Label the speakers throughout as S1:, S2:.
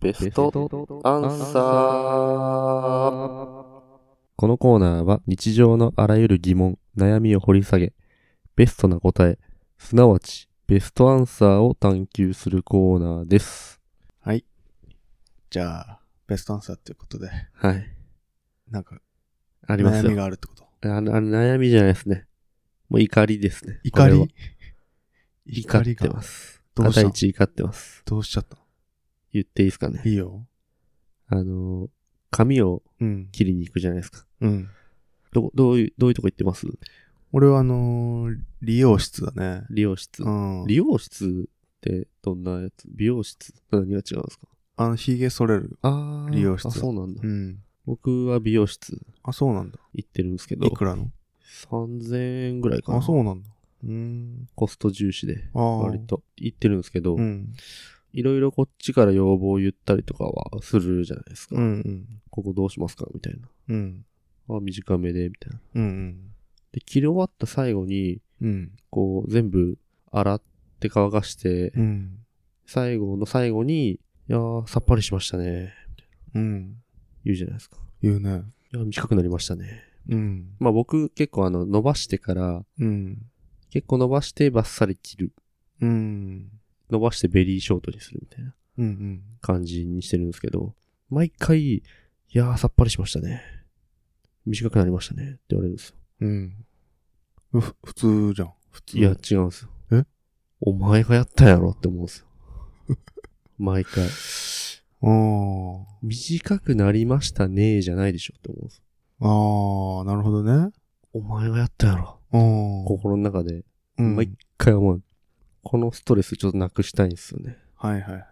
S1: テストアンサー。
S2: このコーナーは日常のあらゆる疑問、悩みを掘り下げ、ベストな答え、すなわちベストアンサーを探求するコーナーです。
S3: はい。じゃあ、ベストアンサーということで、
S2: はい。
S3: なんか、
S2: あります
S3: 悩み
S2: よ。
S3: があるってこと。
S2: ああ悩みじゃないですね。もう怒りですね。
S3: 怒
S2: これは
S3: り
S2: 怒
S3: 怒り
S2: って
S3: が
S2: ま。す。
S3: どうした
S2: 片一怒ってます。
S3: どうしちゃったの
S2: 言っていいですかね。
S3: いいよ。
S2: あのー、髪を
S3: うん。
S2: 切りに行くじゃないですか。
S3: うん。
S2: どこ、どういう、どういうとこ行ってます
S3: 俺はあのー、理容室だね。
S2: 理容室。
S3: うん。
S2: 理容室ってどんなやつ美容室何が違うんですか
S3: あの、髭剃れる。
S2: あー
S3: 理容室
S2: あ、そうなんだ。
S3: うん。
S2: 僕は美容室
S3: あ、そうなんだ。
S2: 行ってるんですけど
S3: い、くらの
S2: 3000円ぐらいかな。
S3: あ、そうなんだ。うーん。
S2: コスト重視で、
S3: ああ。
S2: 割と行ってるんですけど
S3: う、ん。
S2: いろいろこっちから要望を言ったりとかはするじゃないですか
S3: うん。う。ん。
S2: ここどうしますかみたいな。
S3: うん。
S2: あ、短めで、みたいな。
S3: うん。
S2: で、切り終わった最後に、
S3: うん。
S2: こう、全部洗って乾かして
S3: う、ん。
S2: 最後の最後に、いやー、さっぱりしましたね。
S3: うん。
S2: 言うじゃないですか。
S3: 言うね。
S2: いや、短くなりましたね。
S3: うん。
S2: まあ僕結構あの、伸ばしてから、
S3: うん。
S2: 結構伸ばしてバッサリ切る。
S3: うん。
S2: 伸ばしてベリーショートにするみたいな
S3: うん。うん。
S2: 感じにしてるんですけど、毎回、いやーさっぱりしましたね。短くなりましたね。って言われるんですよ。
S3: うん。ふ、普通じゃん。普通。
S2: いや、、違うんですよ。
S3: え
S2: お前がやったやろって思うんですよ。 毎回。
S3: あー
S2: 短くなりましたねじゃないでしょって思うんですよ。
S3: あー、なるほどね。
S2: お前がやったやろ。
S3: あー。
S2: 心の中で、
S3: うん、
S2: 毎回思う。このストレスちょっとなくしたいんですよね。
S3: はいはいはい。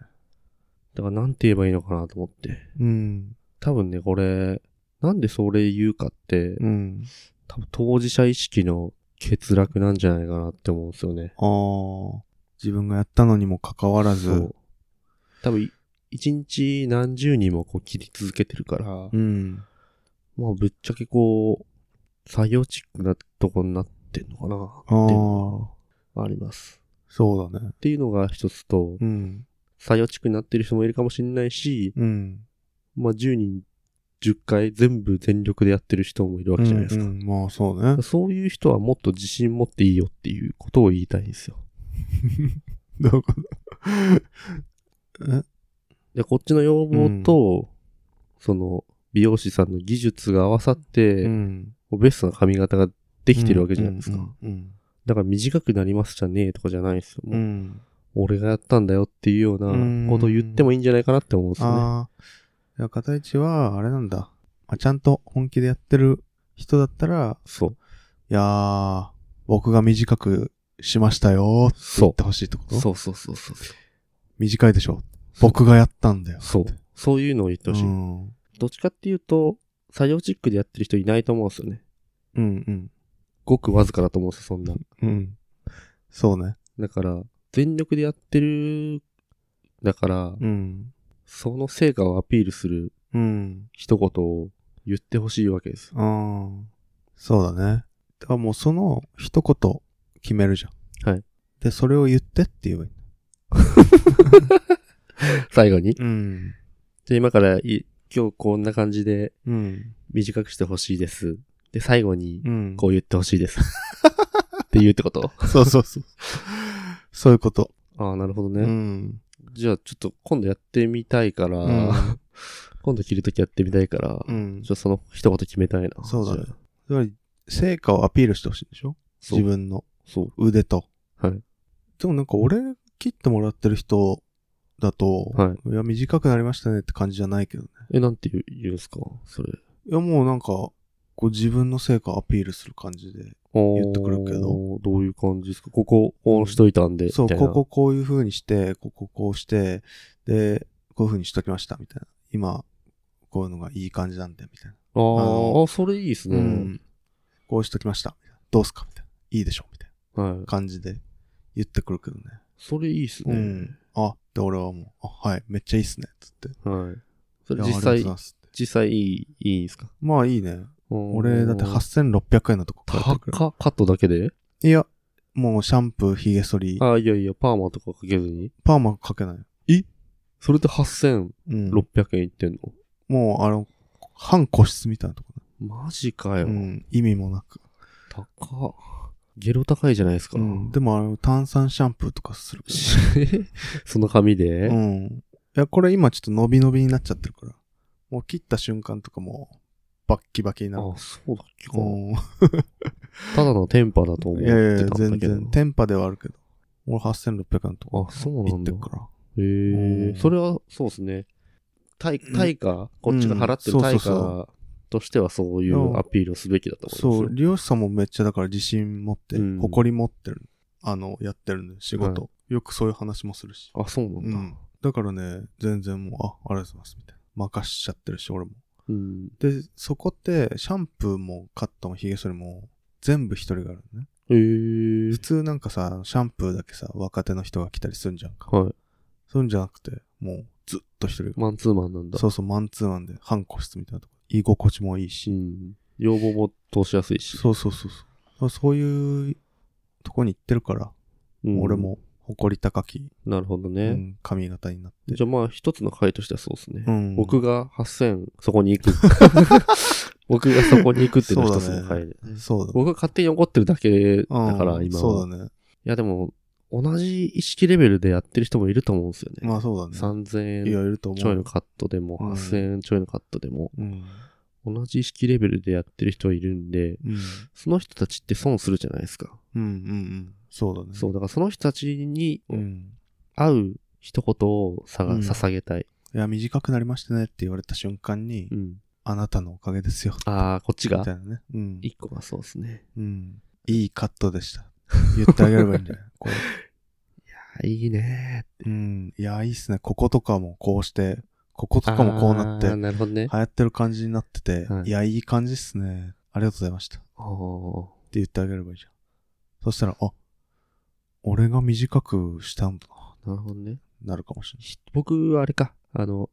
S2: だからなんて言えばいいのかなと思って。
S3: うん。
S2: 多分ね、これ、なんでそれ言うかって、
S3: うん。
S2: 多分当事者意識の欠落なんじゃないかなって思うんですよね。
S3: あー。自分がやったのにもかかわらず。
S2: そう。多分い、一日何十人もこう切り続けてるから、
S3: うん。
S2: まあぶっちゃけこう、作業チックなとこになってんのかな
S3: あ
S2: ってい
S3: ー。
S2: うのがあります。
S3: そうだね
S2: っ。ていうのが一つと、
S3: うん。
S2: 作業チックになってる人もいるかもしれないし、
S3: うん。
S2: まあ10人10回全部全力でやってる人もいるわけじゃないですか。
S3: うんうんまあそうね。
S2: そういう人はもっと自信持っていいよっていうことを言いたいんですよ。
S3: どういうことえ
S2: で、こっちの要望と、その、美容師さんの技術が合わさって、
S3: ん。
S2: ベストな髪型ができてるわけじゃないですか。
S3: うん。
S2: だから短くなりますじゃねえとかじゃないんですよ。
S3: う。
S2: もうん俺がやったんだよっていうよう
S3: うん
S2: なことを言ってもいいんじゃないかなって思うんですよね。
S3: ああ。いや、片市は、あれなんだ。まあ、ちゃんと本気でやってる人だったら、
S2: そう。
S3: いやー、僕が短くしましたよーって言ってほしいってこと
S2: そうそうそうそう。
S3: 短いでしょ。僕がやったんだよ。
S2: そう。そういうのを言ってほしい。
S3: うん。うん
S2: どっちかっていうと、作業チックでやってる人いないと思うんですよね。
S3: うん。
S2: ごくわずかだと思うんですよ、そんな。
S3: うん。そうね。
S2: だから、全力でやってる、だから、
S3: うん。
S2: その成果をアピールする
S3: うん。
S2: 一言を言ってほしいわ けですよ。
S3: うん。そうだね。だからもうその一言決めるじゃん。
S2: はい。
S3: で、それを言ってって言えばいい。
S2: 最後に。
S3: うん。
S2: で、今からい、今日こんな感じで
S3: うん。
S2: 短くしてほしいです。で、最後に、
S3: うん。
S2: こう言ってほし いです。って言うってこと
S3: そうそうそう。そういうこと。
S2: ああ、なるほど
S3: う
S2: ね。
S3: ん。
S2: じゃあ、ちょっと今度やってみたいから、
S3: うん
S2: 今度着るときやってみたいから、
S3: うん
S2: ちょっ。とその一言決めたいな。
S3: そうだね
S2: じゃあ。
S3: つまり、成果をアピールしてほしいんでしょ
S2: そう
S3: 自分の
S2: そう。
S3: 腕と。
S2: はい。
S3: でもなんか俺切ってもらってる人だと、、
S2: はい
S3: や、短くなりましたねって感じじゃないけどね。
S2: え、なんて言う言うんすかそれ。
S3: いや、もうなんか、こう自分の成果をアピールする感じで。
S2: 言
S3: ってくるけど。
S2: どういう感じですかここ、こうしといたんで。
S3: そう、
S2: みたいな
S3: こここういう風にして、こここうして、で、こういう風にしときました、みたいな。今、こういうのがいい感じなんで、みたいな。
S2: あー
S3: の
S2: あ、それいいですね。
S3: うんこうしときました、みたいな。どうすかみたいな。いいでしょみたい
S2: はい
S3: な。感じで言ってくるけどね。
S2: それいいです
S3: う
S2: ね。
S3: ん。あ、で、俺はもう、あ、はい、めっちゃいいっすね、つって。
S2: はい。それ
S3: いやありが
S2: 実
S3: とうござい
S2: 際、
S3: ますって
S2: 実際いい、いいんですか
S3: まあいいね。
S2: 俺
S3: 俺、だって8600円のとこ買って
S2: 高
S3: るから。
S2: っカットだけで
S3: いや、もうシャンプー、髭剃り、
S2: ああ、いやいや、パーマとかかけずに。
S3: パーマかけない。
S2: えそれで8600
S3: うん。
S2: 円いってんの、
S3: もう、あの、半個室みたいなとこ
S2: マジかよ。
S3: ね。うん。意味もなく。
S2: 高っ。ゲロ高いじゃないですか。
S3: うん。でも、あの、炭酸シャンプーとかするけど
S2: その紙
S3: ね
S2: で、
S3: うん。いや、これ今ちょっと伸び伸びになっちゃってるから。もう切った瞬間とかもう、バッキバキになる。
S2: あ、そうだっけか。
S3: うん
S2: ただのテンパだと思っ
S3: いやいやい
S2: て
S3: や、
S2: たんだ
S3: 全
S2: けど。
S3: 然。テンパではあるけど。俺8600円のとこ。
S2: あ、そうなんだ
S3: 行って。っから。
S2: へ
S3: う
S2: え
S3: ん、
S2: それはそうですね。対、対価、こっちが払って
S3: うんそ
S2: る
S3: うそ
S2: 対
S3: うそう
S2: 価としてはそうい
S3: うん
S2: うアピールをすべきだと思い
S3: そう、
S2: ますよ。
S3: 利用者さんもめっちゃだから自信持って、
S2: うん
S3: 誇り持ってる。あの、やってるね、仕事。よくそういう話もするし。
S2: あ、そうな
S3: うん
S2: だ
S3: ん。。だからね、全然もう、あ、ありがとうございます、みたいな。任しちゃってるし、俺も。
S2: うん。
S3: で、そこって、シャンプーもカットも髭剃りも、全部一人があるのね。
S2: へえ
S3: 普。通なんかさ、シャンプーだけさ、若手の人が来たりするんじゃんか。
S2: は
S3: そういうんじゃなくて、もう、ずっと一人が
S2: い。。マンツーマンなんだ。
S3: そうそう、マンツーマンで、半個室みたいなとこ。居心地もいいし。
S2: うん。要望も通しやすいし。
S3: そうそうそうそう。そういうとこに行ってるから、
S2: うん
S3: 俺。も誇り高き、
S2: なるほど
S3: う
S2: ね。
S3: ん髪型になって。
S2: じゃあまあ一つの回としてはそうですね
S3: う。ん、
S2: 僕が8000、そこに 行く。僕がそこに行くっていうのは一つの回で。
S3: そうだね。
S2: 僕が勝手に怒ってるだけだ
S3: うん
S2: から今
S3: そ
S2: は
S3: う。だね。
S2: いやでも、同じ意識レベルでやってる人もいると思うんですよね。
S3: まあそうだね。
S2: 3000
S3: いや、
S2: 円
S3: いると思う。
S2: ちょいのカットでも、
S3: うん
S2: 8000円ちょいのカットでも、
S3: うん。
S2: 同じ意識レベルでやってる人いるんで、
S3: うん。
S2: その人たちって損するじゃないですか。
S3: うんうんうん。そうだね。
S2: そう、だからその人たちに
S3: うん。
S2: 合う一言をさが
S3: うん
S2: 捧げたい。
S3: いや、短くなりましたねって言われた瞬間に、
S2: うん。
S3: あなたのおかげですよ。
S2: ああ、こっち
S3: み
S2: が
S3: たいなね。うん。
S2: 一個がそうですね。
S3: うん。いいカットでした。言ってあげればいいん じゃないこう
S2: あいいね
S3: うん。いや、いいっすね。こことかもこうして、ここと
S2: ー。
S3: かもこうなって
S2: あー、なるほどね。
S3: 流行ってる感じになってて、
S2: はい
S3: い、や、いい感じっすね。ありがとうございました。って
S2: おー
S3: 言ってあげればいいじゃん。そしたら、あ、俺が短くしたんだな、
S2: なるほどね。
S3: なるかもしれない。
S2: ひ僕、あれか、あの、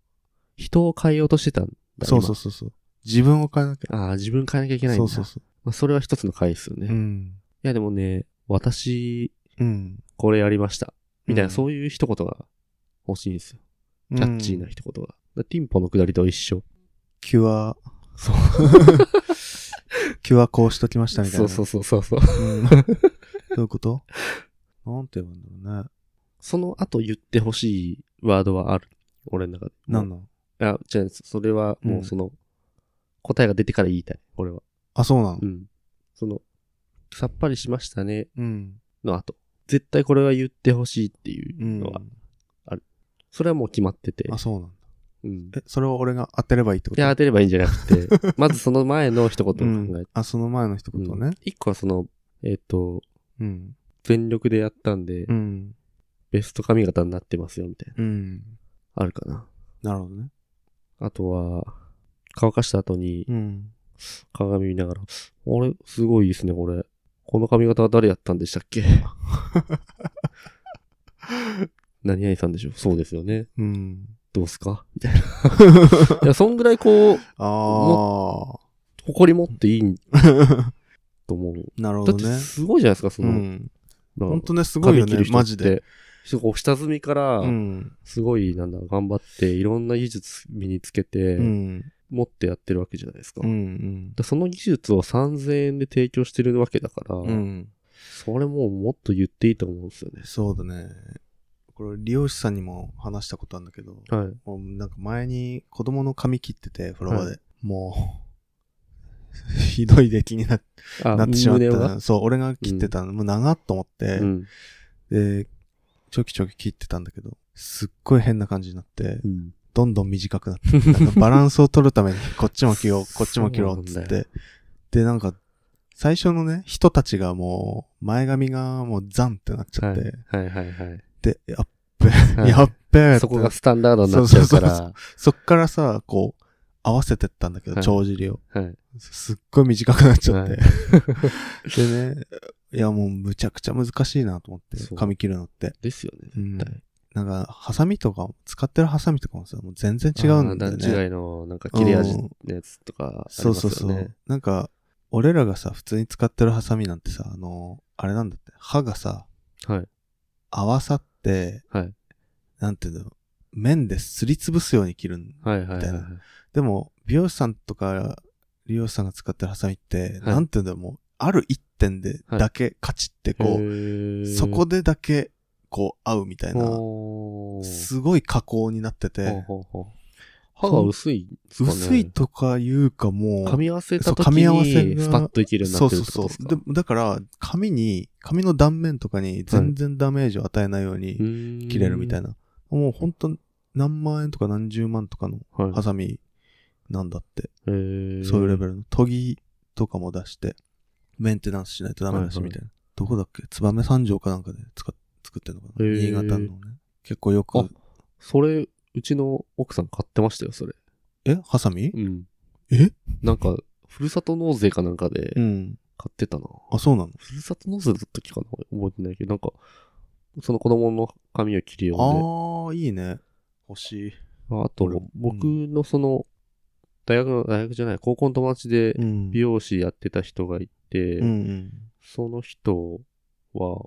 S2: 人を変えようとしてたんだ。
S3: そうそうう。そうそう。自分を変えなきゃ。
S2: ああ、自分変えなきゃいけないん
S3: そ
S2: だ。
S3: うそうそ
S2: まあ、それは一つの回ですよね。
S3: う。う
S2: い
S3: ん。
S2: や、でもね、私、
S3: うん。
S2: これやりました。みたいな、
S3: うん
S2: そういう一言が欲しいんですよ。
S3: キ
S2: キャッチーな一言が。だティンポの下りと一緒。
S3: キュア、
S2: そう。
S3: キュアこうしときましたみたい
S2: そ
S3: な。
S2: うそううそうそうそう。
S3: そう。ん、どういうことなんて言えばいいんだろうね。
S2: その後言ってほしいワードはある。俺の中で。
S3: なんなの
S2: あ、違う、それはもうその、答えが出てから言いたい。俺は。
S3: あ、そうなの
S2: うん。その、さっぱりしましたね。
S3: うん。
S2: の後。絶対これは言ってほしいっていう
S3: う
S2: のは、
S3: ん。
S2: それはもう決まってて
S3: あ、。そうなんだ。
S2: うん。
S3: え、それを俺が当てればいいってこ
S2: い
S3: と
S2: や、当てればいいんじゃなく て、まずその前の一言を考えて。
S3: うん。あ、その前の一言をね。
S2: 一個はその、えっ、と、
S3: うん。
S2: 全力でやったんで、
S3: うん。
S2: ベスト髪型になってますよ、みたいな。
S3: うん。
S2: あるかな。
S3: なるほどね。
S2: あとは、乾かした後に
S3: うん。
S2: 鏡見ながら、あれ、すごいですね、これ。この髪型は誰やったんでしたっ け何々さんでしょそうですよね。
S3: うん。
S2: どうすかみ たいな。いや、そんぐらいこう、
S3: あ
S2: 誇り持っていいんと思う。
S3: あ。なるほ
S2: だ
S3: ど
S2: って
S3: ね。
S2: すごいじゃないですか、そうの、
S3: ん。
S2: なんか
S3: 本当ね、すごいよね、マジで。。
S2: そうこう下積みから
S3: う、ん。
S2: すごい、なんだ、頑張って、いろんな技術身につけて、
S3: うん。
S2: 持ってやってるわけじゃないですか。
S3: う
S2: だか
S3: ん。
S2: らその技術を3000円で提供してるわけだから、
S3: うん。
S2: それもうもっと言っていいと思うんですよね。
S3: そうだね。これ、利用者さんにも話したことあるんだけど、
S2: はい。
S3: もうなんか前に子供の髪切ってて、フロアで。もう、 ひどい出来にな
S2: あ
S3: なってしまっ
S2: 胸を
S3: た。そう、俺が切ってたの、もう長っと思って
S2: う、ん。
S3: で、ちょきちょき切ってたんだけど、すっごい変な感じになって、
S2: うん。
S3: どんどん短くなって、なん かバランスを取るために、こっちも切ろう、こっちも切ろうっつ
S2: そうな
S3: っ
S2: んだよ
S3: て。で、なんか、最初のね、人たちがもう、前髪がもうザンってなっちゃ
S2: は
S3: っ
S2: い
S3: て、
S2: はいはいはい
S3: で、やっべ、
S2: はい。
S3: やっべーって
S2: そこがスタンダードになっちゃうから。
S3: そうそっからさ、こう、合わせてったんだけど、
S2: はい
S3: 帳尻を。
S2: はい。
S3: すっごい短くなっちゃって。
S2: はい
S3: でね、いやもうむちゃくちゃ難しいなと思って、
S2: そう
S3: 髪切るのって。
S2: ですよね、
S3: うん
S2: 絶対。
S3: なんか、ハサミとか、使ってるハサミとかもさ、もう全然違うんだよ
S2: あー
S3: ね。
S2: 段違いの、なんか切れ味のやつとか、
S3: そうそうそう。。なんか、俺らがさ、普通に使ってるハサミなんてさ、あの、あれなんだって、歯がさ、
S2: はい。
S3: 合わさって、
S2: はい。
S3: なんていうの、面ですりつぶすように切るん
S2: はいはい
S3: み
S2: は
S3: た
S2: い
S3: い
S2: はい。
S3: でも、美容師さんとか、美容師さんが使ってるハサミって、
S2: はい
S3: なんていうんだろう、もう、ある一点で
S2: はい
S3: だけカチってこう、
S2: う
S3: そこでだけ、こう、合うみたいな、
S2: おー
S3: すごい加工になって
S2: ほう
S3: て、
S2: ほうほう歯が薄いんですかね
S3: 薄いとかいうかも
S2: 噛
S3: う、
S2: み合わせた
S3: そう噛
S2: 時
S3: み合わせ
S2: に
S3: が
S2: スパッといけるように
S3: そ
S2: なっ
S3: う
S2: てる
S3: そ
S2: っ
S3: う
S2: てこと
S3: そ
S2: です
S3: う。
S2: か
S3: でだから、髪に、髪の断面とかに全然ダメージを与えないように切れるみたい
S2: な。
S3: な。もう本当何万円とか何十万とかの
S2: はい
S3: ハサミなんだって。
S2: へー
S3: そういうレベルの研ぎとかも出して、メンテナンスしないとダメだし、
S2: はいはい
S3: みたいな。どこだっけ燕三条かなんかで使っ作ってるのかな
S2: へー
S3: 新潟のね。結構よ
S2: あ
S3: く、
S2: それ、うちの奥さん買ってましたよ、それ。
S3: えハサミ
S2: うん。
S3: え
S2: なんか、ふるさと納税かなんかで
S3: うん。
S2: 買ってたな。
S3: あ、そうなの
S2: ふるさと納税だった時かな覚えてないけど、なんか、その子供の髪を切りよ
S3: あー、いいね。欲しい。
S2: うで、あ
S3: 俺も
S2: と、僕のその、大学の、大学じゃない、高校の友達で
S3: うん
S2: 美容師やってた人がいて、
S3: うんうん。
S2: その人は、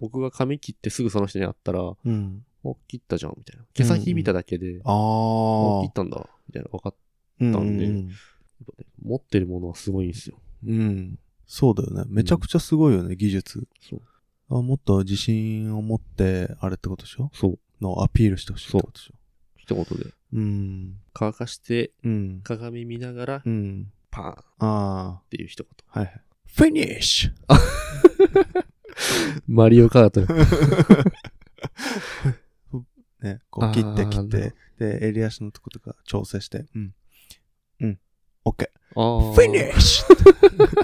S2: 僕が髪切ってすぐその人に会ったら、
S3: うん。
S2: お、切ったじゃん、みたいな。毛先見ただけで、
S3: あ
S2: あ、切
S3: ー
S2: っ。たんだ、みたいな。分かっ
S3: うん
S2: た
S3: うん
S2: で
S3: ん
S2: たね。持ってるものはすごいんですよ。
S3: うん。そうだよね。めちゃくちゃすごいよね、技術。
S2: そう。
S3: あもっと自信を持って、あれってことでしょ
S2: そう。
S3: のアピールしてほしいってことでしょ
S2: 一言で。
S3: うん。
S2: 乾かして、
S3: うん。
S2: 鏡見ながら
S3: う、ん。
S2: パーンっ
S3: あ
S2: ていう一言。
S3: あ。はいはい。フィニッシュ
S2: マリオカート。
S3: ね、こう切って
S2: あー
S3: 切っ
S2: な
S3: て、で、襟足のとことか調整して、うん。うん。オッケ
S2: あ
S3: ー。
S2: ー
S3: フィニッ シュ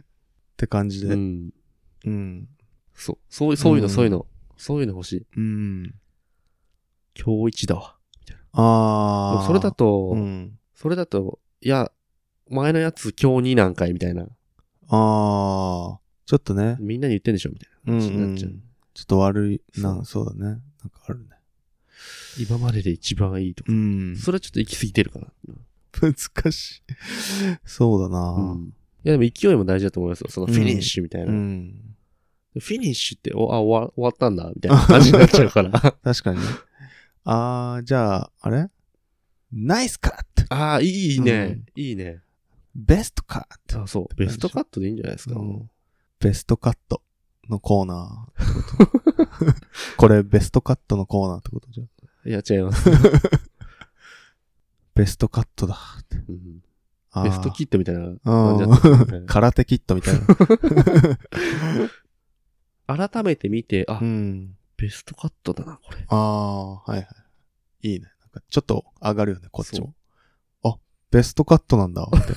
S3: って感じで。う。
S2: うんん。
S3: うん。
S2: そう。そうそうい
S3: う
S2: うの、
S3: ん
S2: そういうの。そういうの欲しい。今日一だわ。で
S3: あ
S2: も
S3: あ。
S2: それだと
S3: う、ん。
S2: それだと、いや、前のやつ今日2なんかいみたいな。
S3: ああ。ちょっとね。
S2: みんなに言ってんでしょみたい
S3: うん、う。
S2: になんっ
S3: ち
S2: ち
S3: ょ
S2: ゃう
S3: っと悪い
S2: そ
S3: な。
S2: う
S3: そうだね。なんかあるね。
S2: な。今までで一番いいとか。
S3: うん。
S2: それはちょっと行き過ぎてるかな。
S3: 難しい。そうだな。
S2: うんいや、でも勢いも大事だと思いますよ。そのフィニッシュみたいな。
S3: うん。
S2: フィニッシュって、お、あ、終わ終わったんだ、みたいな感じになっちゃうから。
S3: 確かにね。 あー、じゃあ、あれナイスカット
S2: ああ、いいね、いいね。
S3: ベストカット
S2: あそう。
S3: 感じ
S2: ベストカットでいいんじゃないですか。
S3: うんベストカットのコーナーってこと。これ、ベストカットのコーナーってことじゃん。
S2: いや、違います。
S3: ベストカットだ。
S2: うん
S3: あー
S2: ベストキットみたいな
S3: う
S2: 感じだった
S3: ん
S2: ね
S3: 空手キットみたいな。
S2: 改めて見て、あ、
S3: うん。
S2: ベストカットだな、これ。
S3: あー、はいはい。いいね。なんかちょっと上がるよね、こっち
S2: そ
S3: も。あ、ベストカットなんだ、みた いな。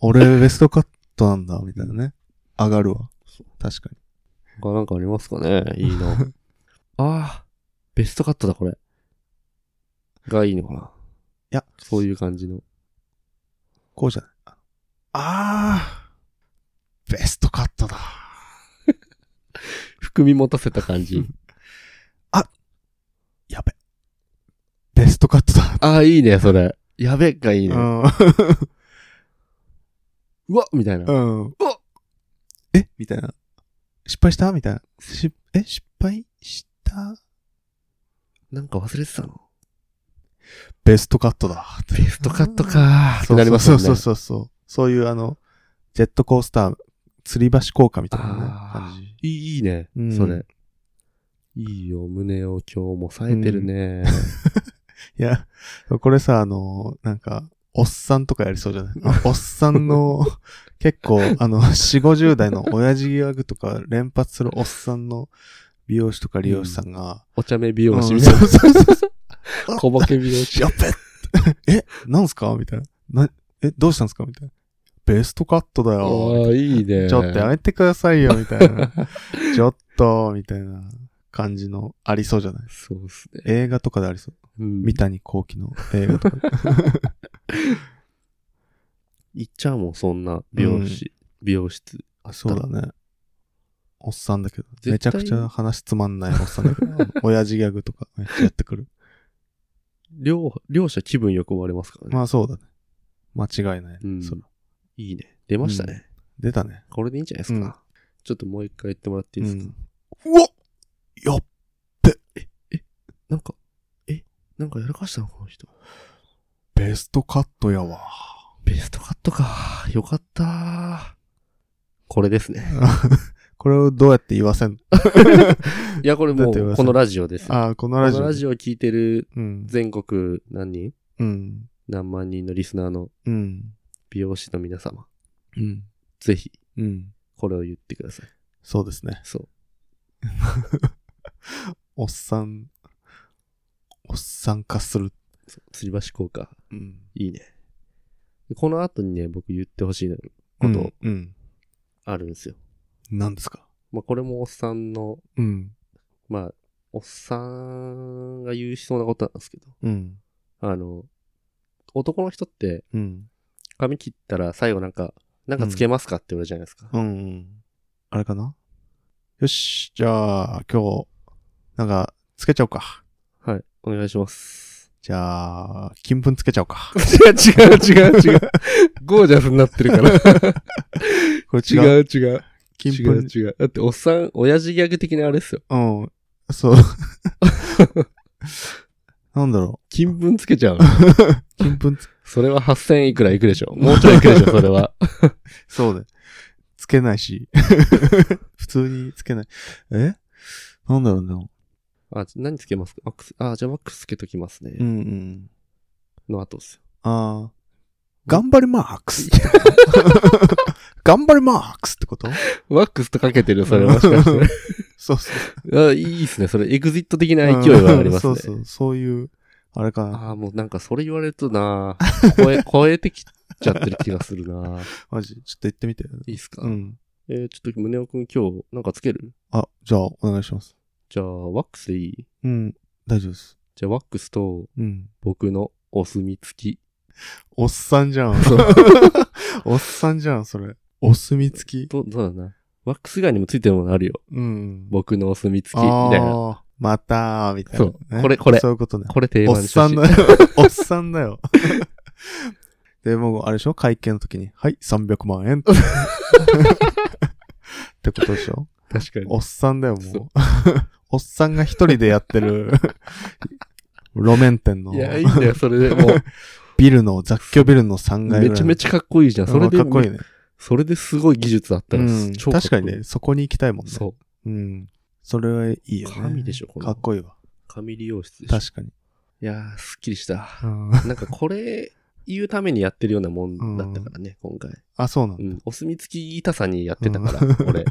S3: 俺、ベストカットなんだ、みたいなね。上がるわ
S2: そう。
S3: 確かに。
S2: 他なんかありますかねいいな。 ああ、ベストカットだ、これ。がいいのかな。
S3: いや
S2: そういう感じの。
S3: こうじゃないああーベストカットだ。
S2: 含み持たせた 感じ。
S3: やべ。ベストカットだ。
S2: ああ、いいね、それ。やべっがいいね。 うわみたいな。
S3: うん。うん。えみたいな。失敗したみたいな。し、え失敗した
S2: なんか忘れてたの。
S3: ベストカットだ。
S2: ベストカットかーって
S3: そう
S2: なりますよね。
S3: そうそうそうそう。そういうあの、ジェットコースター、吊り橋効果みたいなね。
S2: あ
S3: 感じ。
S2: ーいいいいね、
S3: うん
S2: それ。いいよ、胸を今日も冴えてるね。
S3: いや、これさ、あの、なんか、おっさんとかやりそうじゃないあおっさんの、結構、あの、4、50代の親父ギャグとか連発するおっさんの美容師とか利用師さんが、
S2: お茶目美
S3: う
S2: 容
S3: ん
S2: 師
S3: そう
S2: みたいな。
S3: そうそうそう
S2: 小ボケ美容師。
S3: やっべえ、なんすかみたいな。な、え、どうしたんすかみたいな。ベストカットだ
S2: あ
S3: よ。
S2: あ、いいね。
S3: ちょっとやめてくださいよ、みたい な。ちょっと、みたいな感じの、ありそうじゃない
S2: そうっすね。
S3: 映画とかでありそう。
S2: うん
S3: 三谷幸喜の映画とか。
S2: 行っちゃうもん、そんな美容師、美容室。あ
S3: そうだ。 ね。おっさんだけど。め
S2: 絶
S3: ちゃ
S2: 対
S3: くちゃ話つまんないおっさんだけ ど。あの親父ギャグとかめっちゃやってくる。
S2: 両、両者気分よく終われますからね。
S3: まあそうだね。間違いない、ね
S2: うん
S3: そう
S2: いいね。出ましたね。
S3: 出たね。
S2: これでいいんじゃないです
S3: うん
S2: か。ちょっともう一回言ってもらっていいですか。
S3: うんうわやっべ
S2: なんか、え、なんかやらかしたのこの人。
S3: ベストカットやわ。
S2: ベストカットか。よかった。これですね。
S3: これをどうやって言わせん
S2: いや、これも
S3: だってま
S2: う、
S3: さ
S2: このラジオです。こ
S3: ああ、このラジ
S2: の
S3: オ。
S2: ラジオ聞いてる
S3: うん。
S2: 全国何人
S3: うん。
S2: 何万人のリスナーの
S3: うん。
S2: 美容師の皆様。
S3: うん。
S2: ぜひ、
S3: うん。
S2: これを言ってください。
S3: そうですね。
S2: そう。
S3: おっさん、おっさん化する。
S2: そう吊り橋効果、
S3: うん。
S2: いいね。でこの後にね、僕言ってほしいのこと
S3: うん。
S2: あるんですよ。
S3: 何ですか
S2: まあ、これもおっさんの、
S3: うん。
S2: まあ、おっさんが言うしそうなことなんですけど、
S3: うん。
S2: あの、男の人って
S3: うん。
S2: 髪切ったら最後なんか、なんかつけますかって言われるじゃないですか。
S3: うんうん。あれかなよし。じゃあ、今日、なんか、つけちゃおうか。
S2: はい。お願いします。
S3: じゃあ、金粉つけちゃおう か。
S2: 違う違う違う違う。ゴージャスになってる から。
S3: これう。
S2: 違う違う。
S3: 金
S2: 違
S3: 粉
S2: う違う。だっておっさん、親父ギャグ的なあれですよ。
S3: うん。そう。 なんだろ
S2: 金粉つけちゃう。
S3: う。金粉つ、
S2: それは8000いくらいくでしょ。もうちょいいくでしょ、それ は。
S3: そうだ。つけないし。 普通につけない。えなんだろうね。
S2: あ、何つけますかアクセあ、じゃあワックスつけときますね。
S3: うんうん。
S2: の後ですよ。
S3: ああ。頑張りマー クス。頑張りマークスってこと
S2: ワックスとかけてる、それは。もしかして
S3: そうそう。
S2: あいいっすね。それ、エグジット的な勢いは ありますね。
S3: うんそうそう、そういう、あれかな。
S2: ああ、もうなんかそれ言われるとなー 超え、超えてきちゃってる気がするなー
S3: マジ、ちょっと言ってみて。
S2: いいっすか、
S3: うん。
S2: えー、ちょっと胸尾くん今日なんかつける
S3: あ、じゃあ、お願いします。
S2: じゃあ、ワックスでいい
S3: うん、大丈夫です。
S2: じゃあ、ワックスと
S3: うん。
S2: 僕のお墨付き。
S3: おっさんじゃん。 おっさんじゃん、それ。お墨付き。
S2: ど、どうだな。ワックス以外にもついてるものあるよ。
S3: うん。
S2: 僕のお墨付き、み
S3: あ
S2: たいな。
S3: ーまたー、みたいな、ね。
S2: そうこれこれ
S3: そういうことね。
S2: これ定
S3: おっ
S2: 番にして
S3: さ
S2: ほし
S3: ん
S2: い
S3: だよ。 おっさんだよ。で、もう、あれでしょ会計の時に。はい、300万 円。ってことでしょ
S2: 確かに。
S3: おっさんだよ、
S2: そ
S3: もう。 おっさんが一人でやってる、路面店の
S2: い、や、いいんだよ、それで。もう、
S3: ビルの、雑居ビルの3階ぐらい
S2: め
S3: の。
S2: ちゃめ
S3: ち
S2: ちゃかっこいいじゃん。それで、
S3: かっこいいね。
S2: それですごい技術あった
S3: う
S2: ら、
S3: ん、
S2: 超かっこい
S3: 確
S2: い
S3: かにね、そこに行きたいもんね。
S2: そう。
S3: う。ん。それはいいよね。
S2: 神でしょこの
S3: かっこいいわ。
S2: 紙利用室でしょ。
S3: 確かに。
S2: いやー、すっきりした。
S3: うん
S2: なんかこれ言うためにやってるようなもんだったからね、今回。
S3: あ、そうなん
S2: う
S3: だ。
S2: ん。お墨付き痛さにやってたから、
S3: うん
S2: 俺。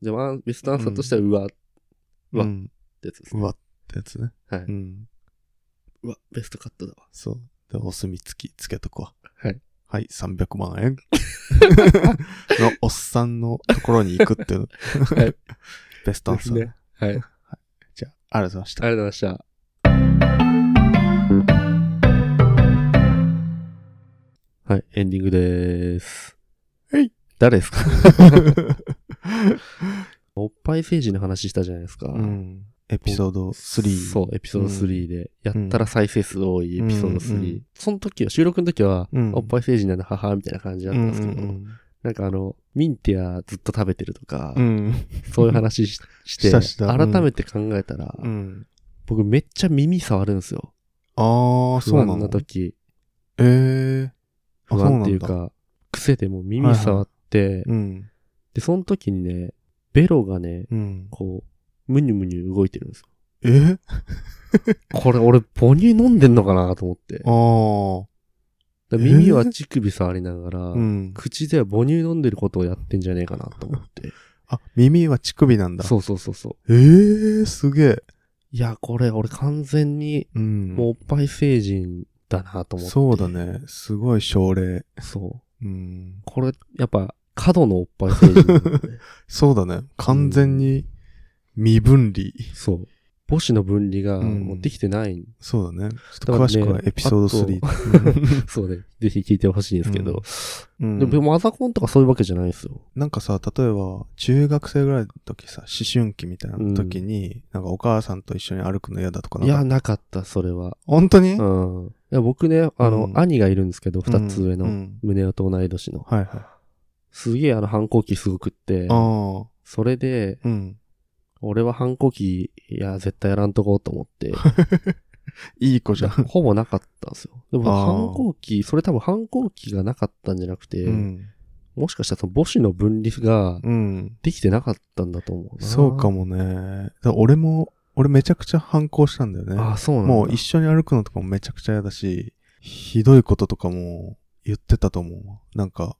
S2: じゃあ、ワンベストアンサーとしては、うわっうわ
S3: うん。
S2: てやつですね。
S3: うわってやつね。。
S2: はいう
S3: ん。
S2: うわ、ベストカットだわ。
S3: そう。で、お墨付きつけとくわ。
S2: はい。
S3: はい、300万 円。のおっさんのところに行くっていう。
S2: はい。
S3: ベストアンサー。
S2: ですねはい。ありが
S3: じゃあ、ありがとうございました。
S2: とうございました。はい、エンディングでーす。
S3: はい。
S2: 誰ですか おっぱい政治の話したじゃないですか。
S3: うん。エピソード3。。
S2: そうう、エピソード3で、やったら再生数多いエピソード3。
S3: うんうん
S2: その時は、収録の時は、
S3: うん
S2: おっぱい政治なの母みたいな感じだ
S3: う
S2: ったん
S3: ん
S2: ですけど、
S3: うん
S2: なんかあの、ミンティアずっと食べてるとか、
S3: うん。
S2: そういう話しして
S3: したしたうん
S2: 改めて考えたら、
S3: うん。
S2: 僕めっちゃ耳触るんですよ。
S3: ああ、そうな
S2: 不安
S3: の
S2: な時、
S3: ええ。あ、
S2: 不
S3: そう
S2: 安
S3: な
S2: ってい
S3: ん
S2: う
S3: だ。
S2: か、癖でもう耳触って、
S3: うん。
S2: で、その時にね、ベロがね、
S3: うん。
S2: こう、むにゅむにゅ動いてるんですよ。
S3: え
S2: これ俺、母乳飲んでんのかなと思って。だ
S3: ああ。
S2: から耳は乳首触りながら、
S3: うん。
S2: 口では母乳飲んでることをやってんじゃねえかなと思って。
S3: あ、耳は乳首なんだ。
S2: そうそうそうそう。
S3: ええー、すげえ。
S2: いや、これ俺完全に
S3: うん。
S2: もうおっぱい成人だなと思って。
S3: そうだ。ね。すごい症例。
S2: そう。
S3: うん。
S2: これ、やっぱ、過度のおっぱい成人なんだね。
S3: そうだね。完全に未分離。
S2: そう。母子の分離が
S3: うん
S2: もうできてない。
S3: そうだね。ち
S2: だ
S3: ょっ
S2: から
S3: と詳
S2: ね
S3: しくはエピソード3。
S2: そうね。ぜひ聞いてほしいんですけど。
S3: うん
S2: でも、マザコンとかそういうわけじゃないんですよ。
S3: なんかさ、例えば、中学生ぐらいの時さ、思春期みたいな時に、なんかお母さんと一緒に歩くの嫌だとかないんか
S2: や、なかった、それは。
S3: 本当に
S2: うん。いや僕ね、あの、
S3: うん
S2: 兄がいるんですけど、二つ上
S3: うんう
S2: の。
S3: ん
S2: 胸をと同い年の。
S3: はいはい。
S2: すげえあの反抗期すごくって。
S3: ああ、
S2: それで、
S3: うん。
S2: 俺は反抗期、いや、絶対やらんとこうと思 って、
S3: いい子じゃん。
S2: ほぼなかったんですよ。でも
S3: あー
S2: 反抗期、それ多分反抗期がなかったんじゃなくて、
S3: うん。
S2: もしかしたらその母子の分離が
S3: うん。
S2: できてなかったんだと思うな。
S3: そうかもね。だから俺も、俺めちゃくちゃ反抗したんだよね。
S2: あー、そうなんだ。
S3: もう一緒に歩くのとかもめちゃくちゃ嫌だし、ひどいこととかも言ってたと思うわ。なんか、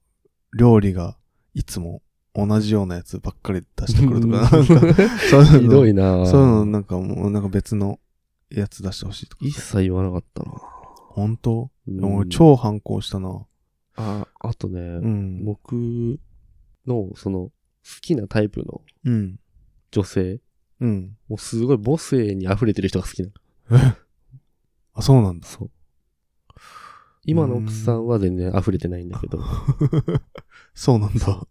S3: 料理がいつも同じようなやつばっかり出してくる とか、なんか、そういうの
S2: ひどいな
S3: そういうのなんかもうなんか別のやつ出してほしいとか。
S2: 一切言わなかったな。
S3: 本当、
S2: うん
S3: 俺超反抗したな。
S2: あ、あとね、
S3: うん。
S2: 僕の、その、好きなタイプの
S3: うん。
S2: 女性、
S3: うん。
S2: もうすごい母性に溢れてる人が好きなの。
S3: あ、そうなんだ。
S2: そう。今の奥さんは全然溢れてないんだけど、
S3: そうなんだ。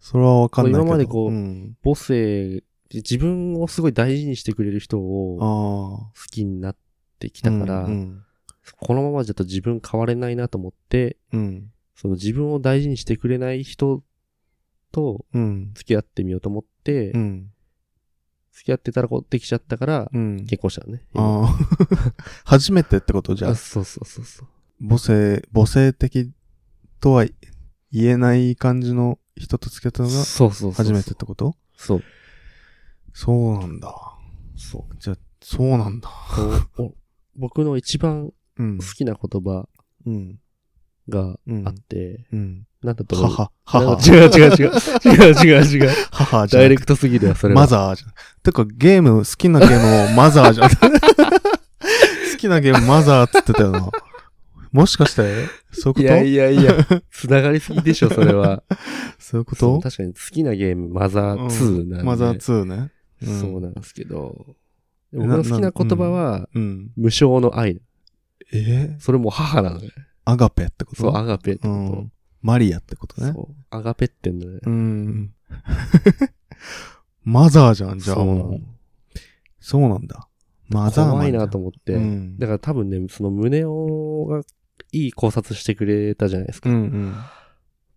S3: それはわかんないけど。、
S2: 今までこうん母性、自分をすごい大事にしてくれる人を好
S3: ああ。
S2: きになってきたから、
S3: うん。
S2: このままじゃと自分変われないなと思って、
S3: うん。
S2: その自分を大事にしてくれない人と
S3: うん。
S2: 付き合ってみようと思って、
S3: うん。
S2: 付き合ってたらこうできちゃったから、
S3: うん。
S2: 結婚したのね。
S3: あ あ。初めてってことじゃ
S2: あ
S3: あ、
S2: そうそうそうそう。
S3: 母性、母性的とは言えない感じの人と付き合ったのが
S2: そうそうそう。
S3: 初めてっ。てこと
S2: そう。
S3: そうなんだ。
S2: そう。
S3: そうなんだ。
S2: こうお僕の一番
S3: うん
S2: 好。きな言葉
S3: うん。
S2: が
S3: うん
S2: あって、
S3: うん。
S2: なんだと思う
S3: 母。
S2: なん
S3: 母
S2: か。違う違う違う。違う違う違う。
S3: 母じゃ
S2: ダ
S3: な
S2: イ
S3: くて
S2: レクトすぎるよ、それは。
S3: マザーじゃん。てか、ゲーム、好きなゲームをマザーじゃん。 好きなゲームマザーって言ってたよな。もしかして、そう
S2: い
S3: いう
S2: や
S3: こ
S2: いやいや、つながりすぎでしょ、それは。
S3: とそういうこ
S2: そう
S3: と
S2: 確かに好きなゲーム、マザー2なんで、
S3: マザー2ね。うん
S2: そうなんですけど。で
S3: な
S2: 僕の好きな言葉は、
S3: うん。
S2: 無償の愛。
S3: えー
S2: それもう母なのね。
S3: アガペってこと
S2: そう、アガペって
S3: う
S2: こ
S3: ん。マリアってこと
S2: と。
S3: ね。
S2: そう。アガペってんだね。
S3: うん。マザーじゃん、じゃあ
S2: そうな
S3: も
S2: の
S3: う。そうなんだ。マザー
S2: 怖い
S3: んだ
S2: なと思って。
S3: うん。
S2: だから多分ね、その胸をがいい考察してくれたじゃないですか。
S3: うんうん。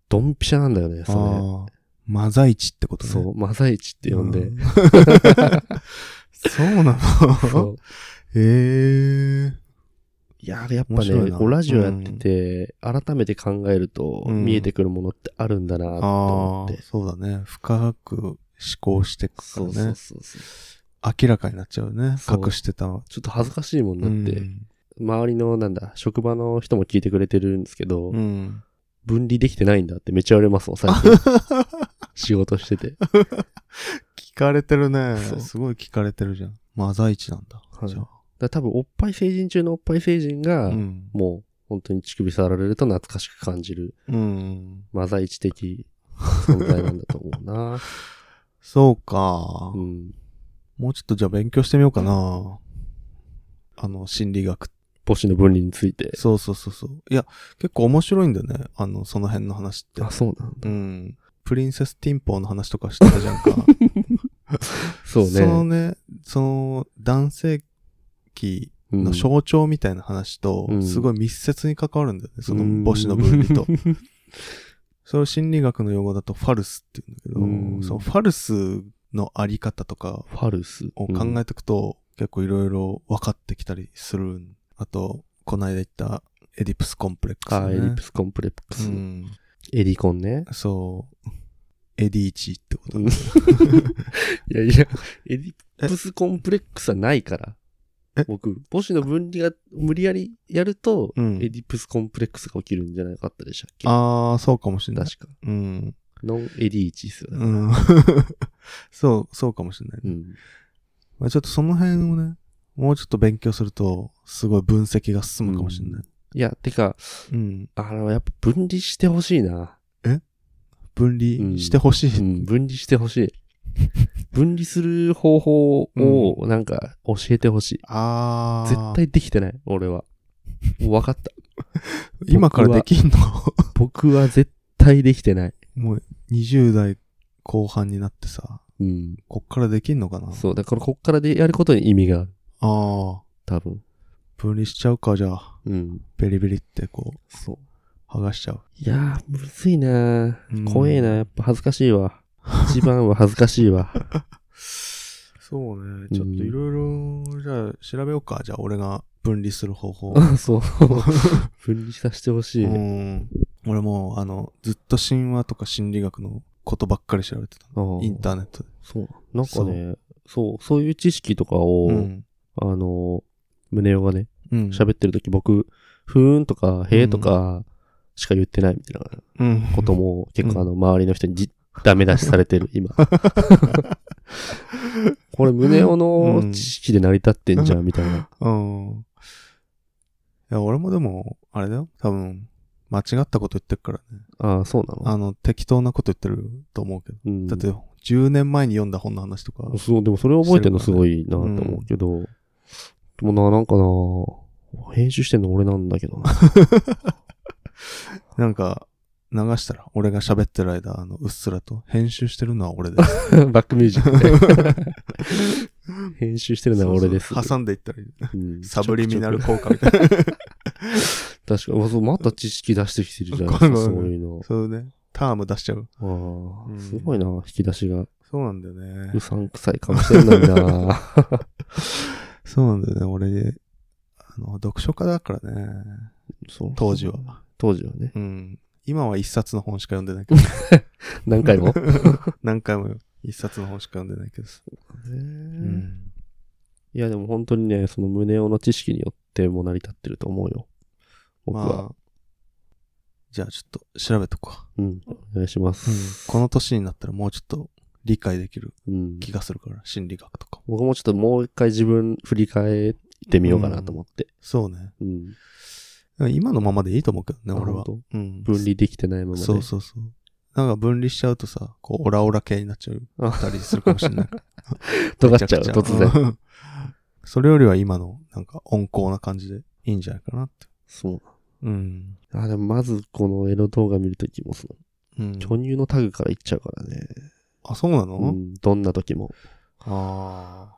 S2: ドンピシャなんだよね、それ。
S3: ああ。マザイチってことね。
S2: そう、マサイチって呼んで。
S3: う そうな
S2: そ
S3: の
S2: う
S3: へえ。
S2: いや、あれやっぱ
S3: 面白い
S2: ね、
S3: な
S2: こうラジオやってて、改めて考えると、
S3: うん
S2: 見えてくるものってあるんだなと
S3: あ
S2: 思
S3: あ
S2: って。、
S3: そうだね。深く思考していくか
S2: そ
S3: ら
S2: うそう
S3: ね。
S2: そうそう。
S3: 明らかになっちゃうね。
S2: そう
S3: 隠してた。だ
S2: ちょっと恥ずかしいもんだって、
S3: うん。
S2: 周りのなんだ、職場の人も聞いてくれてるんですけど、
S3: うん
S2: 分離できてないんだってめっちゃ言われますもん、最近。仕事してて。
S3: 聞かれてるね。
S2: そう
S3: すごい聞かれてるじゃん。マザイチなんだ。
S2: はい
S3: じゃあ
S2: だから多分、おっぱい成人中のおっぱい成人が、
S3: うん。
S2: もう、本当に乳首触られると懐かしく感じる、
S3: うん。
S2: マザイチ的存在なんだと思うな。
S3: そうか
S2: う。ん。
S3: もうちょっとじゃあ勉強してみようかな。あの、心理学。
S2: 母子の分離について。
S3: そうそうそうそう。いや、結構面白いんだよね。あの、その辺の話って。
S2: あ、そうなん
S3: う
S2: だ。
S3: ん。プリンセスティンポーの話とかしてたじゃ んか。
S2: そうね。
S3: のね、その男性期の象徴みたいな話と
S2: う、ん
S3: すごい密接に関わるんだよね。その
S2: うん
S3: 母子の分離 と。それを心理学の用語だとファルスって言うんだけ
S2: うん
S3: ど、そのファルスのあり方とか
S2: ファルス
S3: を考えていくと、結構いろいろ分かってきたりする。あと、この間言ったエディプスコンプレックス、ね。
S2: あ、エリプスコンプレックス。
S3: うん。
S2: エディコンね。
S3: そう。エディーチってこと、
S2: うんいやいや、エディプスコンプレックスはないから
S3: え。
S2: 僕、母子の分離が無理やりやると、
S3: うん
S2: エディプスコンプレックスが起きるんじゃなかったでしたっけ
S3: ああ、そうかもしれない。
S2: 確か。
S3: うん。
S2: ノンエディーチですよね。
S3: うん。 そう、そうかもしれない。
S2: うん。
S3: まあ、ちょっとその辺をね、もうちょっと勉強すると、すごい分析が進むかもしれない。
S2: いや、てか、
S3: うん。
S2: あの、やっぱ分離してほしいな。
S3: 分離してほし
S2: う
S3: い。
S2: ん、分離してほしい。分離する方法を、なんか、教えてほしい。
S3: ああ。
S2: 絶。対できてない、俺は。もう分かった。
S3: 今からできんの
S2: 僕は絶対できてない。
S3: もう20代後半になってさ、
S2: うん。
S3: こっからできんのかな
S2: そう、だからこっからでやることに意味がある。
S3: ああ。
S2: 多分。
S3: 分離しちゃうか、じゃあ。
S2: うん。
S3: ベリベリってこう、
S2: そう。
S3: 剥がしちゃう。
S2: いやー、むずいな
S3: うん
S2: ー怖えなやっぱ恥ずかしいわ。一番は恥ずかしいわ。
S3: そうね。ちょっといろいろ、じゃあ調べようか。じゃあ俺が分離する方法。
S2: あ そう。分離させてほしい。
S3: う
S2: あ
S3: ん。俺もう、あの、ずっと神話とか心理学のことばっかり調べてた。
S2: あ
S3: インターネットで。
S2: そう。なんかね、そう、そういう知識とかを、
S3: うん。
S2: あの、胸をがね、
S3: うん。
S2: 喋ってる時僕、ふーんとか、へーとか、しか言ってないみたいな
S3: うん。
S2: ことも、結構あの、周りの人にじ、ダメ出しされてる、 今。これ、胸をの知識で成り立ってんじゃん、みたいな。
S3: うん。いや、俺もでも、あれだよ。多分、間違ったこと言ってるからね。
S2: ああ、そうなの
S3: あの、適当なこと言ってると思うけど。
S2: うん。
S3: だって、10年前に読んだ本の話とか。
S2: そう、でもそれ覚えてるのすごいなと思うけど、でもな、なんかな、編集してんの俺なんだけどな。
S3: なんか、流したら、俺が喋ってる間、あの、うっすらと、編集してるのは俺です。
S2: バックミュージック。 編集してるのは俺です。
S3: そうそう挟んでいったらいい、
S2: う ん
S3: サブリミナル。効果みたいな。
S2: 確かに、うわそうまた知識出してきてるじゃん。
S3: ごめん ごめん
S2: そういうの。
S3: そうね。ターム出しちゃう。
S2: あ
S3: うん
S2: あ、すごいな、引き出しが。
S3: そうなんだよね
S2: う。さんくさいかもしれない な。
S3: そうなんだよね。俺、あの、読書家だからね。
S2: そう
S3: 当時。は。
S2: 当時はね。
S3: うん。今は一冊の本しか読んでないけ ど。
S2: 何回も。
S3: 何回も一冊の本しか読んでないけどさ。うん。
S2: いや、でも本当にね、その胸をの知識によっても成り立ってると思うよ。僕は。
S3: まあ、じゃあちょっと調べとこう。
S2: うん。お願いします。
S3: この年になったらもうちょっと理解できる
S2: うん。
S3: 気がするから、心理学とか。
S2: 僕もちょっともう一回自分振り返ってみようかなと思って。
S3: そうね。
S2: うん。
S3: 今のままでいいと思うけどね、俺
S2: あ
S3: は。
S2: 本
S3: うん。
S2: 当分離できてないままで。
S3: そうそうそう。なんか分離しちゃうとさ、こう、オラオラ系になっちゃう。
S2: あ
S3: たりするかもしれ ない。
S2: 尖っちゃう、
S3: めく
S2: 突然。
S3: うんそれよりは今の、なんか、温厚な感じでいいんじゃないかなって。
S2: そ
S3: う
S2: う。
S3: ん。
S2: あ、でもまずこのエロ動画見るときもその、
S3: うん。
S2: 巨乳のタグからいっちゃうからね。
S3: あ、そうなの、
S2: うん。どんな時も。
S3: ああ。
S2: ど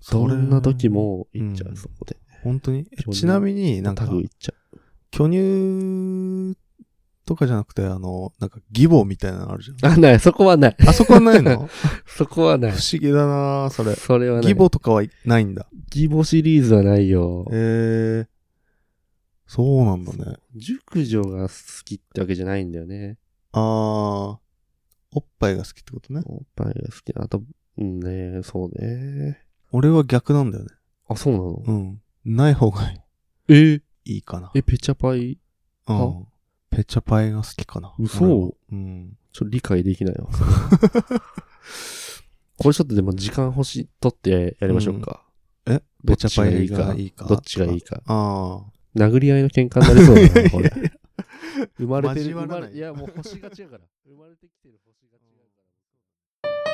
S3: それ
S2: んな時。もいっちゃ
S3: うん
S2: う、そこで。
S3: 本当にえ
S2: 巨乳
S3: ちなみになん
S2: タ
S3: か、
S2: グいっちゃ
S3: 巨乳とかじゃなくて、あの、なんか、義母みたいなのあるじゃん。
S2: う。あ、ない、そこはない。
S3: あそこはないの
S2: そこはない
S3: 不。思議だなそれ。
S2: それはない。
S3: 義母とかはないんだ。
S2: 義母シリーズはないよ。
S3: ええそうなんだね。
S2: 熟女が好きってわけじゃないんだよね。
S3: ああ。おっぱいが好きってことね。
S2: おっぱいが好きな。あと、うんね、そうね。
S3: 俺は逆なんだよね。
S2: あ、そうなの
S3: うん。ない方が
S2: え
S3: いいかな。
S2: え、ペチャパイ、
S3: うん。ペチャパイが好きかな。
S2: 嘘
S3: 俺はうん。
S2: ちょっと理解で きないわ。それはこれちょっとでも時間欲しい、取ってやりましょうか。
S3: え
S2: どっちがい
S3: ペ
S2: い
S3: チャ
S2: か
S3: パイがいいか
S2: どっちがいいか。
S3: あ
S2: 殴り合いの喧嘩になりそうだな、これ。生まれてる。
S3: 交わ
S2: 生
S3: ら
S2: ま
S3: ない
S2: れいや、もう星が違うから。生まれてきてる星が違うから。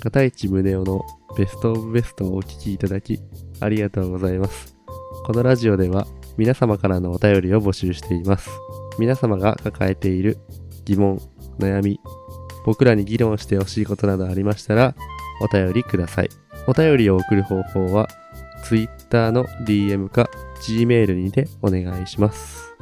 S2: 片市宗男のベストオブベストをお聞きいただきありがとうございますこのラジオでは皆様からのお便りを募集しています皆様が抱えている疑問悩み僕らに議論してほしいことなどありましたらお便りくださいお便りを送る方法は Twitter の DM か Gmail にてお願いします